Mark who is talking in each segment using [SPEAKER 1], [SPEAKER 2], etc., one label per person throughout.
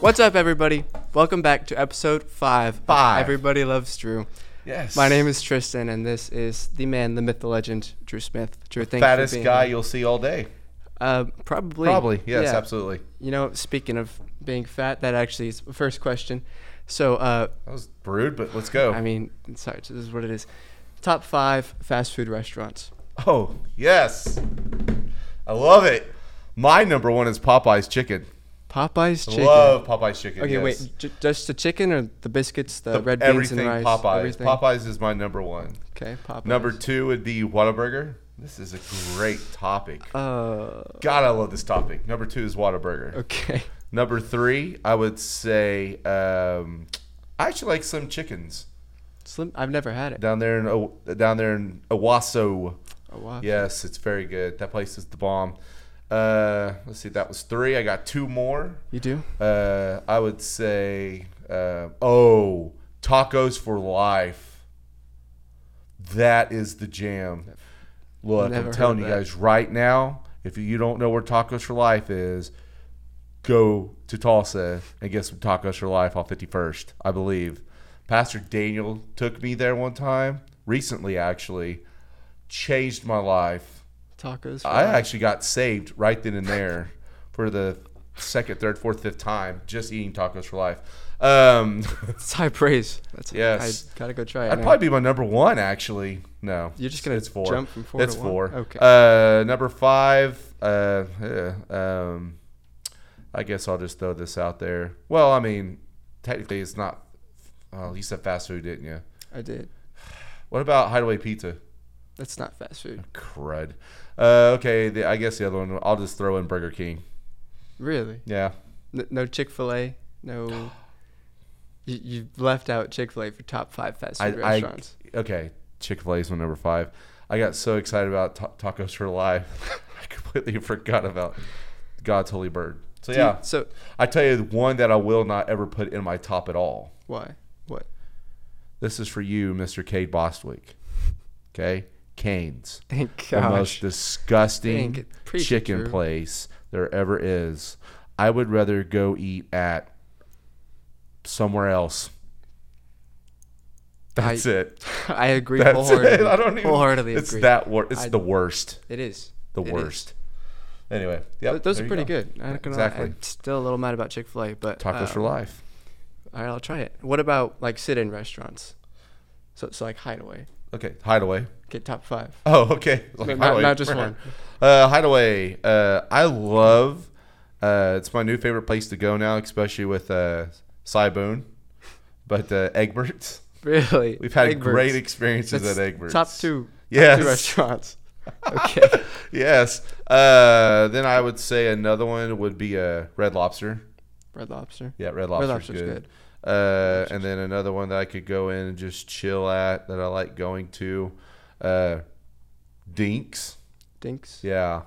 [SPEAKER 1] What's up, everybody? Welcome back to episode five. of
[SPEAKER 2] Five.
[SPEAKER 1] Everybody loves Drew.
[SPEAKER 2] Yes.
[SPEAKER 1] My name is Tristan, and this is the man, the myth, the legend, Drew Smith. Drew, thanks for
[SPEAKER 2] fattest
[SPEAKER 1] being
[SPEAKER 2] guy
[SPEAKER 1] Here.
[SPEAKER 2] you'll see all day.
[SPEAKER 1] Uh, probably.
[SPEAKER 2] Probably. Yes,
[SPEAKER 1] Yeah.
[SPEAKER 2] absolutely.
[SPEAKER 1] You know, speaking of being fat, that actually is the first question. So, uh,
[SPEAKER 2] That was rude, but let's go.
[SPEAKER 1] I mean, sorry, this is what it is. Top five fast food restaurants.
[SPEAKER 2] oh, yes. I love it. My number one is Popeye's chicken.
[SPEAKER 1] Popeye's chicken.
[SPEAKER 2] Love Popeye's chicken.
[SPEAKER 1] Okay,
[SPEAKER 2] yes.
[SPEAKER 1] wait, j- just the chicken or the biscuits, the,
[SPEAKER 2] The-
[SPEAKER 1] red beans
[SPEAKER 2] everything
[SPEAKER 1] and rice,
[SPEAKER 2] Popeyes.
[SPEAKER 1] everything.
[SPEAKER 2] Popeyes is my number one.
[SPEAKER 1] Okay, Popeyes.
[SPEAKER 2] Number two would be Whataburger. This is a great topic.
[SPEAKER 1] Uh,
[SPEAKER 2] God, I love this topic. Number two is Whataburger.
[SPEAKER 1] okay.
[SPEAKER 2] Number three, I would say um, I actually like some chickens
[SPEAKER 1] Slim. I've never had it.
[SPEAKER 2] down there in O- down there in Owasso.
[SPEAKER 1] Oh, wow.
[SPEAKER 2] Yes, it's very good. That place is the bomb. Uh, let's see, that was three. I got two more.
[SPEAKER 1] You do?
[SPEAKER 2] Uh, I would say, uh, oh, tacos for life. That is the jam. Look,
[SPEAKER 1] Never
[SPEAKER 2] I'm telling
[SPEAKER 1] heard
[SPEAKER 2] you
[SPEAKER 1] that.
[SPEAKER 2] guys right now, if you don't know where Tacos for Life is, go to Tulsa and get some Tacos for Life on 51st, I believe. Pastor Daniel took me there one time, recently actually, changed my life.
[SPEAKER 1] Tacos.
[SPEAKER 2] I actually got saved right then and there for the second, third, fourth, fifth time just eating tacos for life. Um,
[SPEAKER 1] It's high praise. That's
[SPEAKER 2] Yes.
[SPEAKER 1] I gotta go try it.
[SPEAKER 2] I'd
[SPEAKER 1] now.
[SPEAKER 2] probably be my number one, actually. No,
[SPEAKER 1] You're just gonna
[SPEAKER 2] it's four.
[SPEAKER 1] jump from four
[SPEAKER 2] It's
[SPEAKER 1] to one?
[SPEAKER 2] four.
[SPEAKER 1] Okay.
[SPEAKER 2] Uh, number five. Uh, yeah, um, I guess I'll just throw this out there. Well, I mean, technically, it's not. Oh, you said fast food, didn't you?
[SPEAKER 1] I did.
[SPEAKER 2] What about Hideaway Pizza?
[SPEAKER 1] That's not fast food.
[SPEAKER 2] Crud. Uh, okay, the, I guess the other one. I'll just throw in Burger King.
[SPEAKER 1] Really?
[SPEAKER 2] Yeah.
[SPEAKER 1] N- no Chick Fil A. No. You, you left out Chick Fil A for top five fast food
[SPEAKER 2] I,
[SPEAKER 1] restaurants.
[SPEAKER 2] I okay. Chick Fil A is my number five. I got so excited about ta- tacos for life, I completely forgot about God's holy bird. So
[SPEAKER 1] Do you-
[SPEAKER 2] yeah,
[SPEAKER 1] so
[SPEAKER 2] I tell you one that I will not ever put in my top at all.
[SPEAKER 1] why? What?
[SPEAKER 2] This is for you, Mr. Cade Bostwick. Okay, Canes,
[SPEAKER 1] Thank
[SPEAKER 2] the most
[SPEAKER 1] gosh.
[SPEAKER 2] disgusting
[SPEAKER 1] Dang, preach it,
[SPEAKER 2] chicken
[SPEAKER 1] Drew.
[SPEAKER 2] place there ever is. I would rather go eat at somewhere else. That's
[SPEAKER 1] I,
[SPEAKER 2] it.
[SPEAKER 1] I agree
[SPEAKER 2] That's
[SPEAKER 1] wholeheartedly.
[SPEAKER 2] it. I don't even.
[SPEAKER 1] wholeheartedly
[SPEAKER 2] It's
[SPEAKER 1] agree.
[SPEAKER 2] that wor- It's
[SPEAKER 1] I-
[SPEAKER 2] the worst.
[SPEAKER 1] It is.
[SPEAKER 2] The
[SPEAKER 1] It is.
[SPEAKER 2] worst. Anyway, yep,
[SPEAKER 1] Th- Those are
[SPEAKER 2] there you
[SPEAKER 1] pretty
[SPEAKER 2] go.
[SPEAKER 1] good. I'm not gonna lie,
[SPEAKER 2] exactly.
[SPEAKER 1] I'm still a little mad about Chick Fil A, but
[SPEAKER 2] Tacos for
[SPEAKER 1] um,
[SPEAKER 2] life.
[SPEAKER 1] All right, I'll try it. What about like sit-in restaurants? So, so like Hideaway.
[SPEAKER 2] Okay, Hideaway.
[SPEAKER 1] Okay, top five.
[SPEAKER 2] Oh, okay. Like
[SPEAKER 1] not- not just one.
[SPEAKER 2] Uh, hideaway. Uh, I love. Uh, it's my new favorite place to go now, especially with uh, Cy Boone, but uh, Egbert's.
[SPEAKER 1] Really?
[SPEAKER 2] We've had
[SPEAKER 1] Egbert's.
[SPEAKER 2] great experiences
[SPEAKER 1] That's
[SPEAKER 2] at Egbert's.
[SPEAKER 1] Top two. Yeah.
[SPEAKER 2] Yes.
[SPEAKER 1] Two restaurants. Okay.
[SPEAKER 2] Yes. Uh, then I would say another one would be uh, Red Lobster.
[SPEAKER 1] Red Lobster.
[SPEAKER 2] Yeah, Red Lobster's,
[SPEAKER 1] Lobster's
[SPEAKER 2] good. Uh, and then another one that I could go in and just chill at that I like going to, uh, Dinks.
[SPEAKER 1] Dinks.
[SPEAKER 2] Yeah,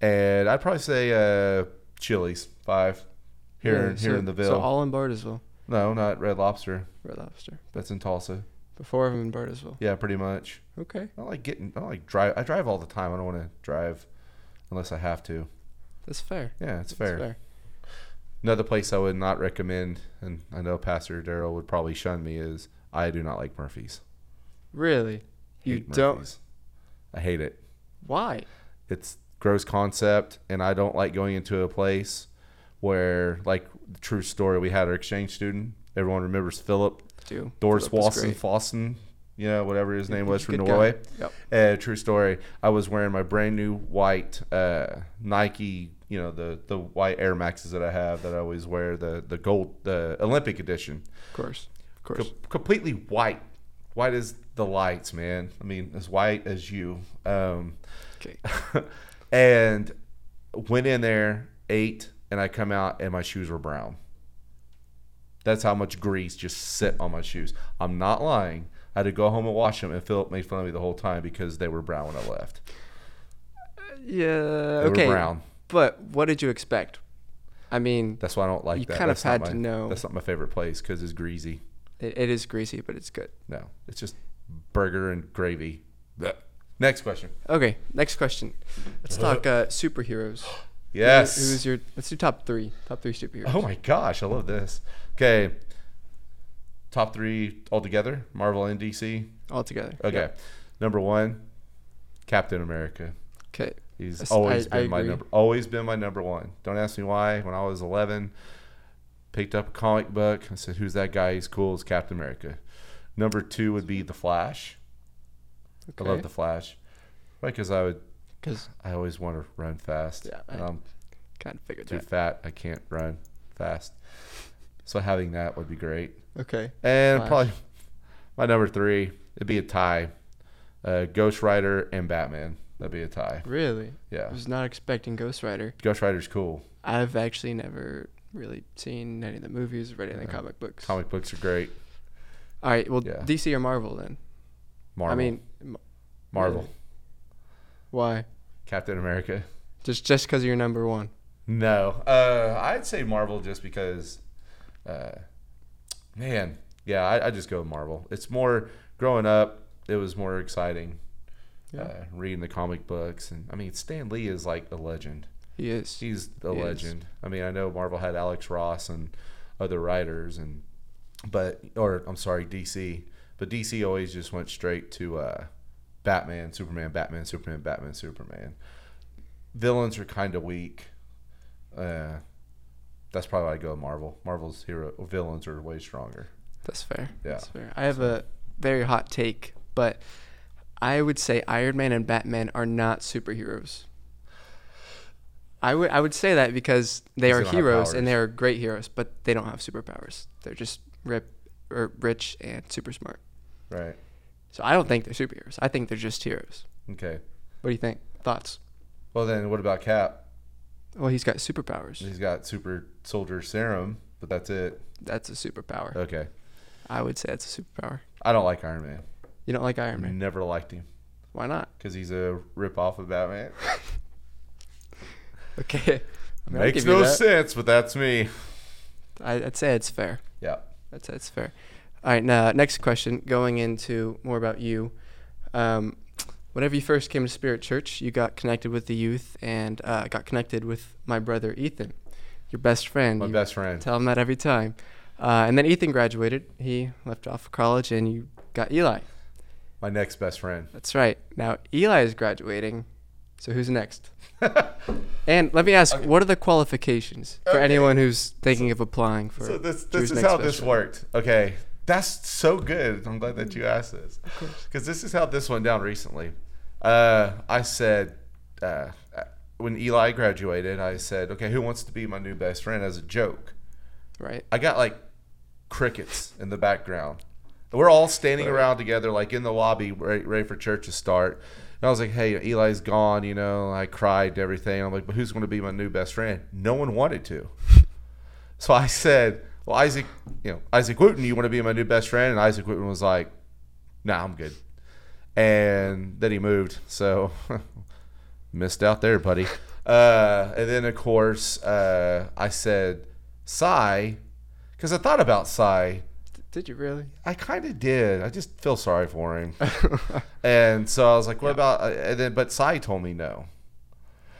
[SPEAKER 2] and I'd probably say uh, Chili's five here
[SPEAKER 1] Yeah,
[SPEAKER 2] here
[SPEAKER 1] so,
[SPEAKER 2] in the Ville.
[SPEAKER 1] So all in Bartlesville.
[SPEAKER 2] no, not Red Lobster.
[SPEAKER 1] Red Lobster.
[SPEAKER 2] That's in Tulsa.
[SPEAKER 1] But four of them in Bartlesville.
[SPEAKER 2] Yeah, pretty much.
[SPEAKER 1] Okay.
[SPEAKER 2] I like getting. I like drive. I drive all the time. I don't want to drive unless I have to.
[SPEAKER 1] That's fair.
[SPEAKER 2] Yeah, it's
[SPEAKER 1] That's
[SPEAKER 2] fair. Another place I would not recommend, and I know Pastor Daryl would probably shun me, is I do not like Murphy's.
[SPEAKER 1] Really? You
[SPEAKER 2] Hate
[SPEAKER 1] don't.
[SPEAKER 2] Murphy's. I hate it.
[SPEAKER 1] Why?
[SPEAKER 2] it's gross concept and i don't like going into a place where like true story we had our exchange student everyone remembers philip
[SPEAKER 1] Do.
[SPEAKER 2] doris
[SPEAKER 1] Philip is
[SPEAKER 2] Wasson
[SPEAKER 1] great.
[SPEAKER 2] Fossen, you know whatever his name was from
[SPEAKER 1] Good guy.
[SPEAKER 2] norway
[SPEAKER 1] Yep.
[SPEAKER 2] uh, true story i was wearing my brand new white uh, nike you know the the white air maxes that i have that i always wear the the gold the olympic edition
[SPEAKER 1] Of course. Of course.
[SPEAKER 2] Com- completely white white as the lights man i mean as white as you um
[SPEAKER 1] Okay.
[SPEAKER 2] and went in there, ate, and I come out and my shoes were brown. That's how much grease just sit on my shoes. I'm not lying. I had to go home and wash them, and Philip made fun of me the whole time because they were brown when I left.
[SPEAKER 1] Yeah.
[SPEAKER 2] They
[SPEAKER 1] okay.
[SPEAKER 2] were brown.
[SPEAKER 1] But what did you expect? I mean,
[SPEAKER 2] That's why I don't like
[SPEAKER 1] You
[SPEAKER 2] that.
[SPEAKER 1] kind of
[SPEAKER 2] That's not
[SPEAKER 1] had
[SPEAKER 2] my-
[SPEAKER 1] to know.
[SPEAKER 2] That's not my favorite place because it's greasy.
[SPEAKER 1] it, it is greasy, but it's good.
[SPEAKER 2] No, it's just burger and gravy. Blech. Next question.
[SPEAKER 1] Okay, next question. Let's talk uh, superheroes.
[SPEAKER 2] Uh-huh. Yes.
[SPEAKER 1] Who- Who's your? Let's do top three. Top three superheroes.
[SPEAKER 2] Oh my gosh, I love this. Okay. Top three altogether, Marvel and DC.
[SPEAKER 1] All together.
[SPEAKER 2] Okay. Number one, Captain America.
[SPEAKER 1] Okay.
[SPEAKER 2] He's
[SPEAKER 1] Yes,
[SPEAKER 2] always
[SPEAKER 1] I- I
[SPEAKER 2] been my
[SPEAKER 1] agree.
[SPEAKER 2] number always been my number one. Don't ask me why. When I was eleven, picked up a comic book and said, Who's that guy? He's cool, it's Captain America. Number two would be The Flash.
[SPEAKER 1] okay.
[SPEAKER 2] I love The Flash. Right, because I would
[SPEAKER 1] Because
[SPEAKER 2] I always want to run fast.
[SPEAKER 1] Yeah,
[SPEAKER 2] and
[SPEAKER 1] I-
[SPEAKER 2] I'm
[SPEAKER 1] kind of figured
[SPEAKER 2] too
[SPEAKER 1] that.
[SPEAKER 2] fat. I can't run fast. So having that would be great.
[SPEAKER 1] Okay.
[SPEAKER 2] And
[SPEAKER 1] Flash.
[SPEAKER 2] probably my number three, it'd be a tie. Uh, Ghost Rider and Batman. That'd be a tie.
[SPEAKER 1] Really? I
[SPEAKER 2] Yeah.
[SPEAKER 1] was not expecting Ghost Rider.
[SPEAKER 2] Ghost Rider's cool.
[SPEAKER 1] I've actually never really seen any of the movies, read any of the
[SPEAKER 2] Yeah.
[SPEAKER 1] comic books.
[SPEAKER 2] Comic books are great.
[SPEAKER 1] All right. Well,
[SPEAKER 2] Yeah.
[SPEAKER 1] DC or Marvel then?
[SPEAKER 2] Marvel.
[SPEAKER 1] I mean, m-
[SPEAKER 2] Marvel.
[SPEAKER 1] really? why?
[SPEAKER 2] Captain America.
[SPEAKER 1] Just just because you're number one.
[SPEAKER 2] No. Uh, I'd say Marvel just because, uh, man, yeah, I, I just go with Marvel. It's more, growing up, it was more exciting
[SPEAKER 1] Yeah.
[SPEAKER 2] uh, reading the comic books. And I mean, Stan Lee is like a legend.
[SPEAKER 1] He is.
[SPEAKER 2] He's the
[SPEAKER 1] He is.
[SPEAKER 2] legend. I mean, I know Marvel had Alex Ross and other writers, and but or I'm sorry, DC. But DC always just went straight to uh, Batman, Superman, Batman, Superman, Batman, Superman. Villains are kind of weak. Uh, that's probably why I go with Marvel. Marvel's hero villains are way stronger.
[SPEAKER 1] That's fair.
[SPEAKER 2] Yeah.
[SPEAKER 1] That's fair. I have a very hot take, but I would say Iron Man and Batman are not superheroes. I would I would say that because they are
[SPEAKER 2] Because they don't have
[SPEAKER 1] heroes
[SPEAKER 2] powers.
[SPEAKER 1] and they are great heroes, but they don't have superpowers. They're just rip or rich and super smart.
[SPEAKER 2] Right.
[SPEAKER 1] So I don't think they're superheroes. I think they're just heroes.
[SPEAKER 2] Okay.
[SPEAKER 1] What do you think? Thoughts?
[SPEAKER 2] Well, then what about Cap?
[SPEAKER 1] Well, he's got superpowers.
[SPEAKER 2] He's got super soldier serum, but that's it.
[SPEAKER 1] That's a superpower.
[SPEAKER 2] Okay.
[SPEAKER 1] I would say that's a superpower.
[SPEAKER 2] I don't like Iron Man.
[SPEAKER 1] You don't like Iron Man?
[SPEAKER 2] Never liked him.
[SPEAKER 1] Why not?
[SPEAKER 2] Because he's a ripoff of Batman.
[SPEAKER 1] Okay. I mean, I'll
[SPEAKER 2] Makes
[SPEAKER 1] give you
[SPEAKER 2] no
[SPEAKER 1] that.
[SPEAKER 2] sense, but that's me.
[SPEAKER 1] I, I'd say it's fair.
[SPEAKER 2] Yeah.
[SPEAKER 1] That's that's fair. All right, now next question. Going into more about you. Um, whenever you first came to Spirit Church, you got connected with the youth and uh, got connected with my brother Ethan, your best friend.
[SPEAKER 2] My
[SPEAKER 1] You
[SPEAKER 2] best friend.
[SPEAKER 1] Tell him that every time. Uh, and then Ethan graduated. He left off for college, and you got Eli.
[SPEAKER 2] My next best friend.
[SPEAKER 1] That's right. Now Eli is graduating. So who's next? and let me ask, what are the qualifications for
[SPEAKER 2] Okay.
[SPEAKER 1] anyone who's thinking of applying for?
[SPEAKER 2] So this
[SPEAKER 1] for who's
[SPEAKER 2] this is
[SPEAKER 1] next
[SPEAKER 2] how
[SPEAKER 1] best
[SPEAKER 2] this
[SPEAKER 1] friend?
[SPEAKER 2] worked. Okay. That's so good. I'm glad that you asked this.
[SPEAKER 1] course.
[SPEAKER 2] Because this is how this went down recently. Uh, I said, uh, when Eli graduated, I said, okay, who wants to be my new best friend as a joke?
[SPEAKER 1] Right.
[SPEAKER 2] I got like crickets in the background. And We're all standing around together, like in the lobby, ready, ready for church to start. And I was like, "Hey, Eli's gone," you know. and I cried and everything. I'm like, "But who's going to be my new best friend?" No one wanted to. So I said, "Well, Isaac, you know, Isaac Wooten, you want to be my new best friend?" And Isaac Wooten was like, "Nah, I'm good." And then he moved, so missed out there, buddy. Uh, and then of course, uh, I said, "Sigh," because I thought about Sigh.
[SPEAKER 1] Did you really?
[SPEAKER 2] I kind of did. I just feel sorry for him. and so I was like, what about? And then, but Sai told me no.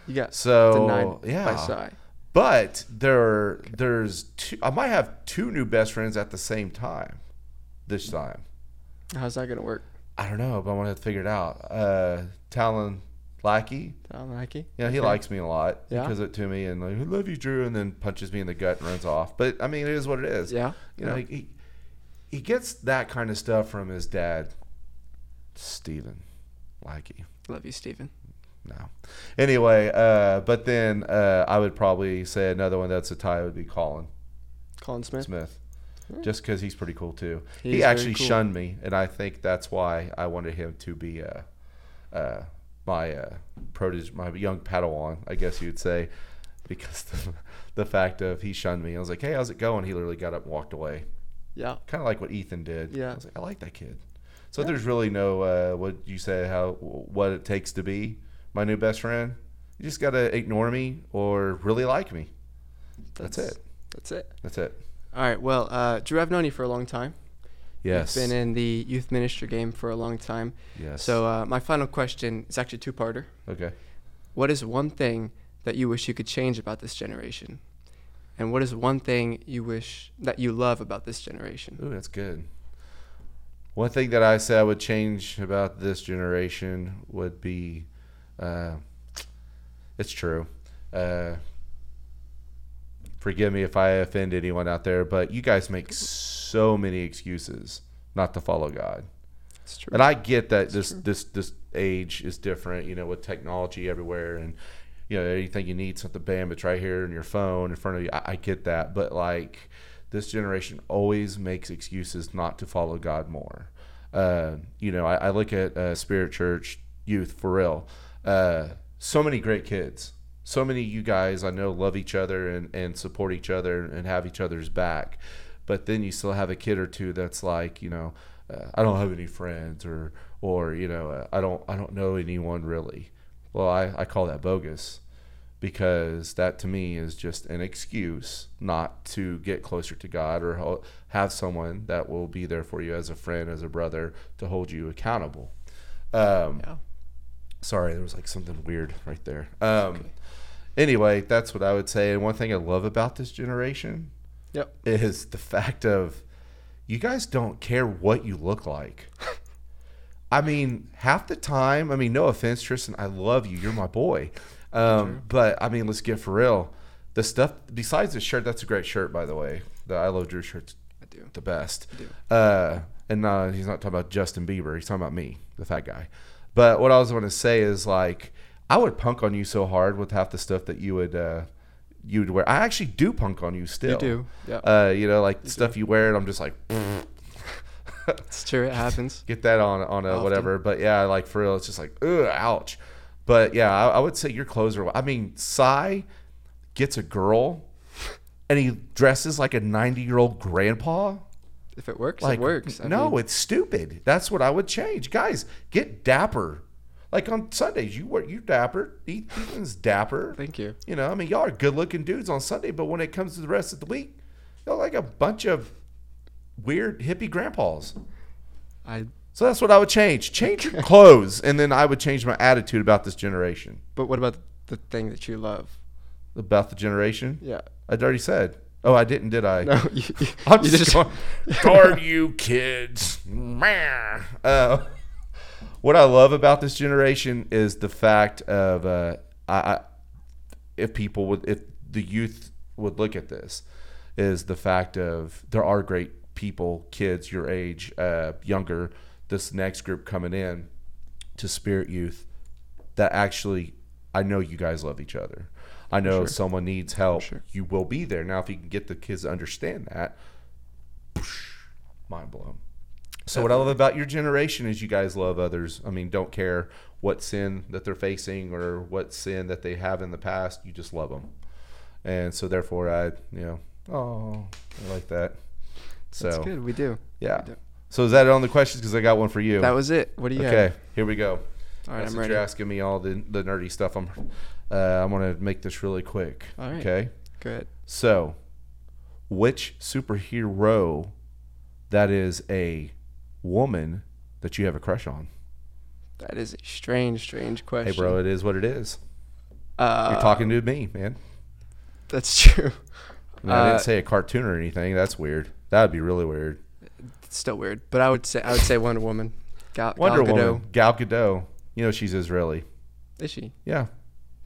[SPEAKER 1] You got
[SPEAKER 2] So
[SPEAKER 1] denied
[SPEAKER 2] yeah,
[SPEAKER 1] by Psy.
[SPEAKER 2] but there, there's two. I might have two new best friends at the same time. This time,
[SPEAKER 1] How's that gonna work,
[SPEAKER 2] I don't know, but I'm gonna have to figure it out. Uh, Talon Lackey,
[SPEAKER 1] Tom Lackey?
[SPEAKER 2] you know, he likes me a lot.
[SPEAKER 1] Yeah.
[SPEAKER 2] He gives it to me and like, I love you, Drew, and then punches me in the gut and runs off. But I mean, it is what it is.
[SPEAKER 1] Yeah.
[SPEAKER 2] You know, he, he gets that kind of stuff from his dad, Stephen Lackey.
[SPEAKER 1] Love you, Stephen.
[SPEAKER 2] No. Anyway, uh, but then uh, I would probably say another one that's a tie would be Colin
[SPEAKER 1] Colin Smith.
[SPEAKER 2] Smith. Just because he's pretty cool too.
[SPEAKER 1] Hmm. He is
[SPEAKER 2] he
[SPEAKER 1] very
[SPEAKER 2] actually
[SPEAKER 1] cool.
[SPEAKER 2] shunned me, and I think that's why I wanted him to be uh, uh, my uh, protege, my young Padawan, I guess you'd say, because the, the fact of he shunned me. I was like, "Hey, how's it going?" He literally got up and walked away
[SPEAKER 1] Yeah.
[SPEAKER 2] kind of like what Ethan did.
[SPEAKER 1] Yeah.
[SPEAKER 2] I was like, I like that kid. So there's really no uh, what you say how what it takes to be my new best friend. You just gotta ignore me or really like me. That's, it.
[SPEAKER 1] That's it.
[SPEAKER 2] That's it.
[SPEAKER 1] All right. Well, uh, Drew, I've known you for a long time.
[SPEAKER 2] Yes.
[SPEAKER 1] Been in the youth ministry game for a long time.
[SPEAKER 2] Yes.
[SPEAKER 1] So uh, my final question is actually a two-parter.
[SPEAKER 2] okay.
[SPEAKER 1] What is one thing that you wish you could change about this generation? And what is one thing you wish that you love about this generation?
[SPEAKER 2] Ooh, that's good. One thing that I say I would change about this generation would be, uh, it's true. Uh, forgive me if I offend anyone out there, but you guys make so many excuses not to follow God.
[SPEAKER 1] It's true.
[SPEAKER 2] And I get that this
[SPEAKER 1] true.
[SPEAKER 2] this this age is different, you know, with technology everywhere, and you know, anything you need, something, bam, it's right here in your phone in front of you. I, I get that, but like this generation always makes excuses not to follow God more. Uh, you know, I, I look at uh, Spirit Church youth for real. Uh, so many great kids. So many of you guys I know love each other and, and support each other and have each other's back. But then you still have a kid or two that's like, you know, uh, I don't have any friends or or you know uh, I don't I don't know anyone really. Well, I, I call that bogus because that to me is just an excuse not to get closer to God or ho- have someone that will be there for you as a friend, as a brother to hold you accountable. Um,
[SPEAKER 1] Yeah.
[SPEAKER 2] Sorry, there was like something weird right there. Um, Anyway, that's what I would say. And one thing I love about this generation
[SPEAKER 1] Yep.
[SPEAKER 2] is the fact of you guys don't care what you look like. I mean, half the time, I mean, no offense, Tristan, I love you. You're my boy. Um, but I mean, let's get for real. The stuff, besides the shirt, that's a great shirt, by the way. The I Love Drew shirt's
[SPEAKER 1] I do.
[SPEAKER 2] the best.
[SPEAKER 1] I do.
[SPEAKER 2] Uh, and no, he's not talking about Justin Bieber. He's talking about me, the fat guy. But what I was going to say is like, I would punk on you so hard with half the stuff that you would uh, you would wear. I actually do punk on you still.
[SPEAKER 1] You do. Yeah.
[SPEAKER 2] Uh, you know, like stuff you wear, and I'm just like,
[SPEAKER 1] it's true. It happens.
[SPEAKER 2] get that on on a
[SPEAKER 1] Often.
[SPEAKER 2] whatever. But yeah, like for real, it's just like, ugh, ouch. But yeah, I, I would say your clothes are. I mean, Psy gets a girl, and he dresses like a 90 year old grandpa.
[SPEAKER 1] If it works,
[SPEAKER 2] like
[SPEAKER 1] it works. I
[SPEAKER 2] no,
[SPEAKER 1] mean,
[SPEAKER 2] it's stupid. That's what I would change. Guys, get dapper. Like on Sundays, you work you dapper. Ethan's dapper.
[SPEAKER 1] thank you.
[SPEAKER 2] You know, I mean, y'all are good looking dudes on Sunday, but when it comes to the rest of the week, y'all like a bunch of weird hippie grandpas.
[SPEAKER 1] I.
[SPEAKER 2] So that's what I would change. Change your clothes, and then I would change my attitude about this generation.
[SPEAKER 1] But what about the thing that you love?
[SPEAKER 2] About the generation,
[SPEAKER 1] Yeah.
[SPEAKER 2] I'd already said. Oh, I didn't, did I?
[SPEAKER 1] No. You, you,
[SPEAKER 2] I'm
[SPEAKER 1] you
[SPEAKER 2] just, going, darn you kids. Meh." Uh, what I love about this generation is the fact of uh, I, I, if people would, if the youth would look at this, is the fact of there are great people, kids your age, uh, younger, this next group coming in to Spirit Youth that actually I know you guys love each other. I know if someone needs help,
[SPEAKER 1] sure.
[SPEAKER 2] you will be there. Now, if you can get the kids to understand that, mind blown. So what I love about your generation is you guys love others. I mean, don't care what sin that they're facing or what sin that they have in the past. You just love them, and so therefore, I you know, oh, I like that. So
[SPEAKER 1] That's good. We do.
[SPEAKER 2] yeah.
[SPEAKER 1] Yeah.
[SPEAKER 2] So is that on the questions? Because I got one for you.
[SPEAKER 1] That was it. What do you have?
[SPEAKER 2] okay, here we go.
[SPEAKER 1] All right,
[SPEAKER 2] Since
[SPEAKER 1] I'm ready.
[SPEAKER 2] You're asking me all the, the nerdy stuff. I'm uh, I'm gonna make this really quick.
[SPEAKER 1] All right.
[SPEAKER 2] Okay.
[SPEAKER 1] Good.
[SPEAKER 2] So, which superhero that is a woman that you have a crush on?
[SPEAKER 1] That is a strange, strange question.
[SPEAKER 2] Hey, bro, it is what it is.
[SPEAKER 1] Uh,
[SPEAKER 2] You're talking to me, man.
[SPEAKER 1] That's true.
[SPEAKER 2] I, mean, I
[SPEAKER 1] uh,
[SPEAKER 2] didn't say a cartoon or anything. That's weird. That would be really weird.
[SPEAKER 1] It's still weird, but I would say I would say Wonder Woman. Gal,
[SPEAKER 2] Wonder
[SPEAKER 1] Gal Gadot.
[SPEAKER 2] Woman, Gal Gadot. You know she's Israeli.
[SPEAKER 1] Is she?
[SPEAKER 2] Yeah,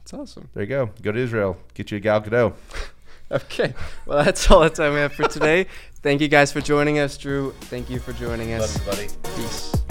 [SPEAKER 1] It's awesome.
[SPEAKER 2] there you go. Go to Israel. Get you a Gal Gadot.
[SPEAKER 1] Okay. Well, that's all the time we have for today. Thank you guys for joining us, Drew. Thank you for joining us.
[SPEAKER 2] buddy.
[SPEAKER 1] Peace.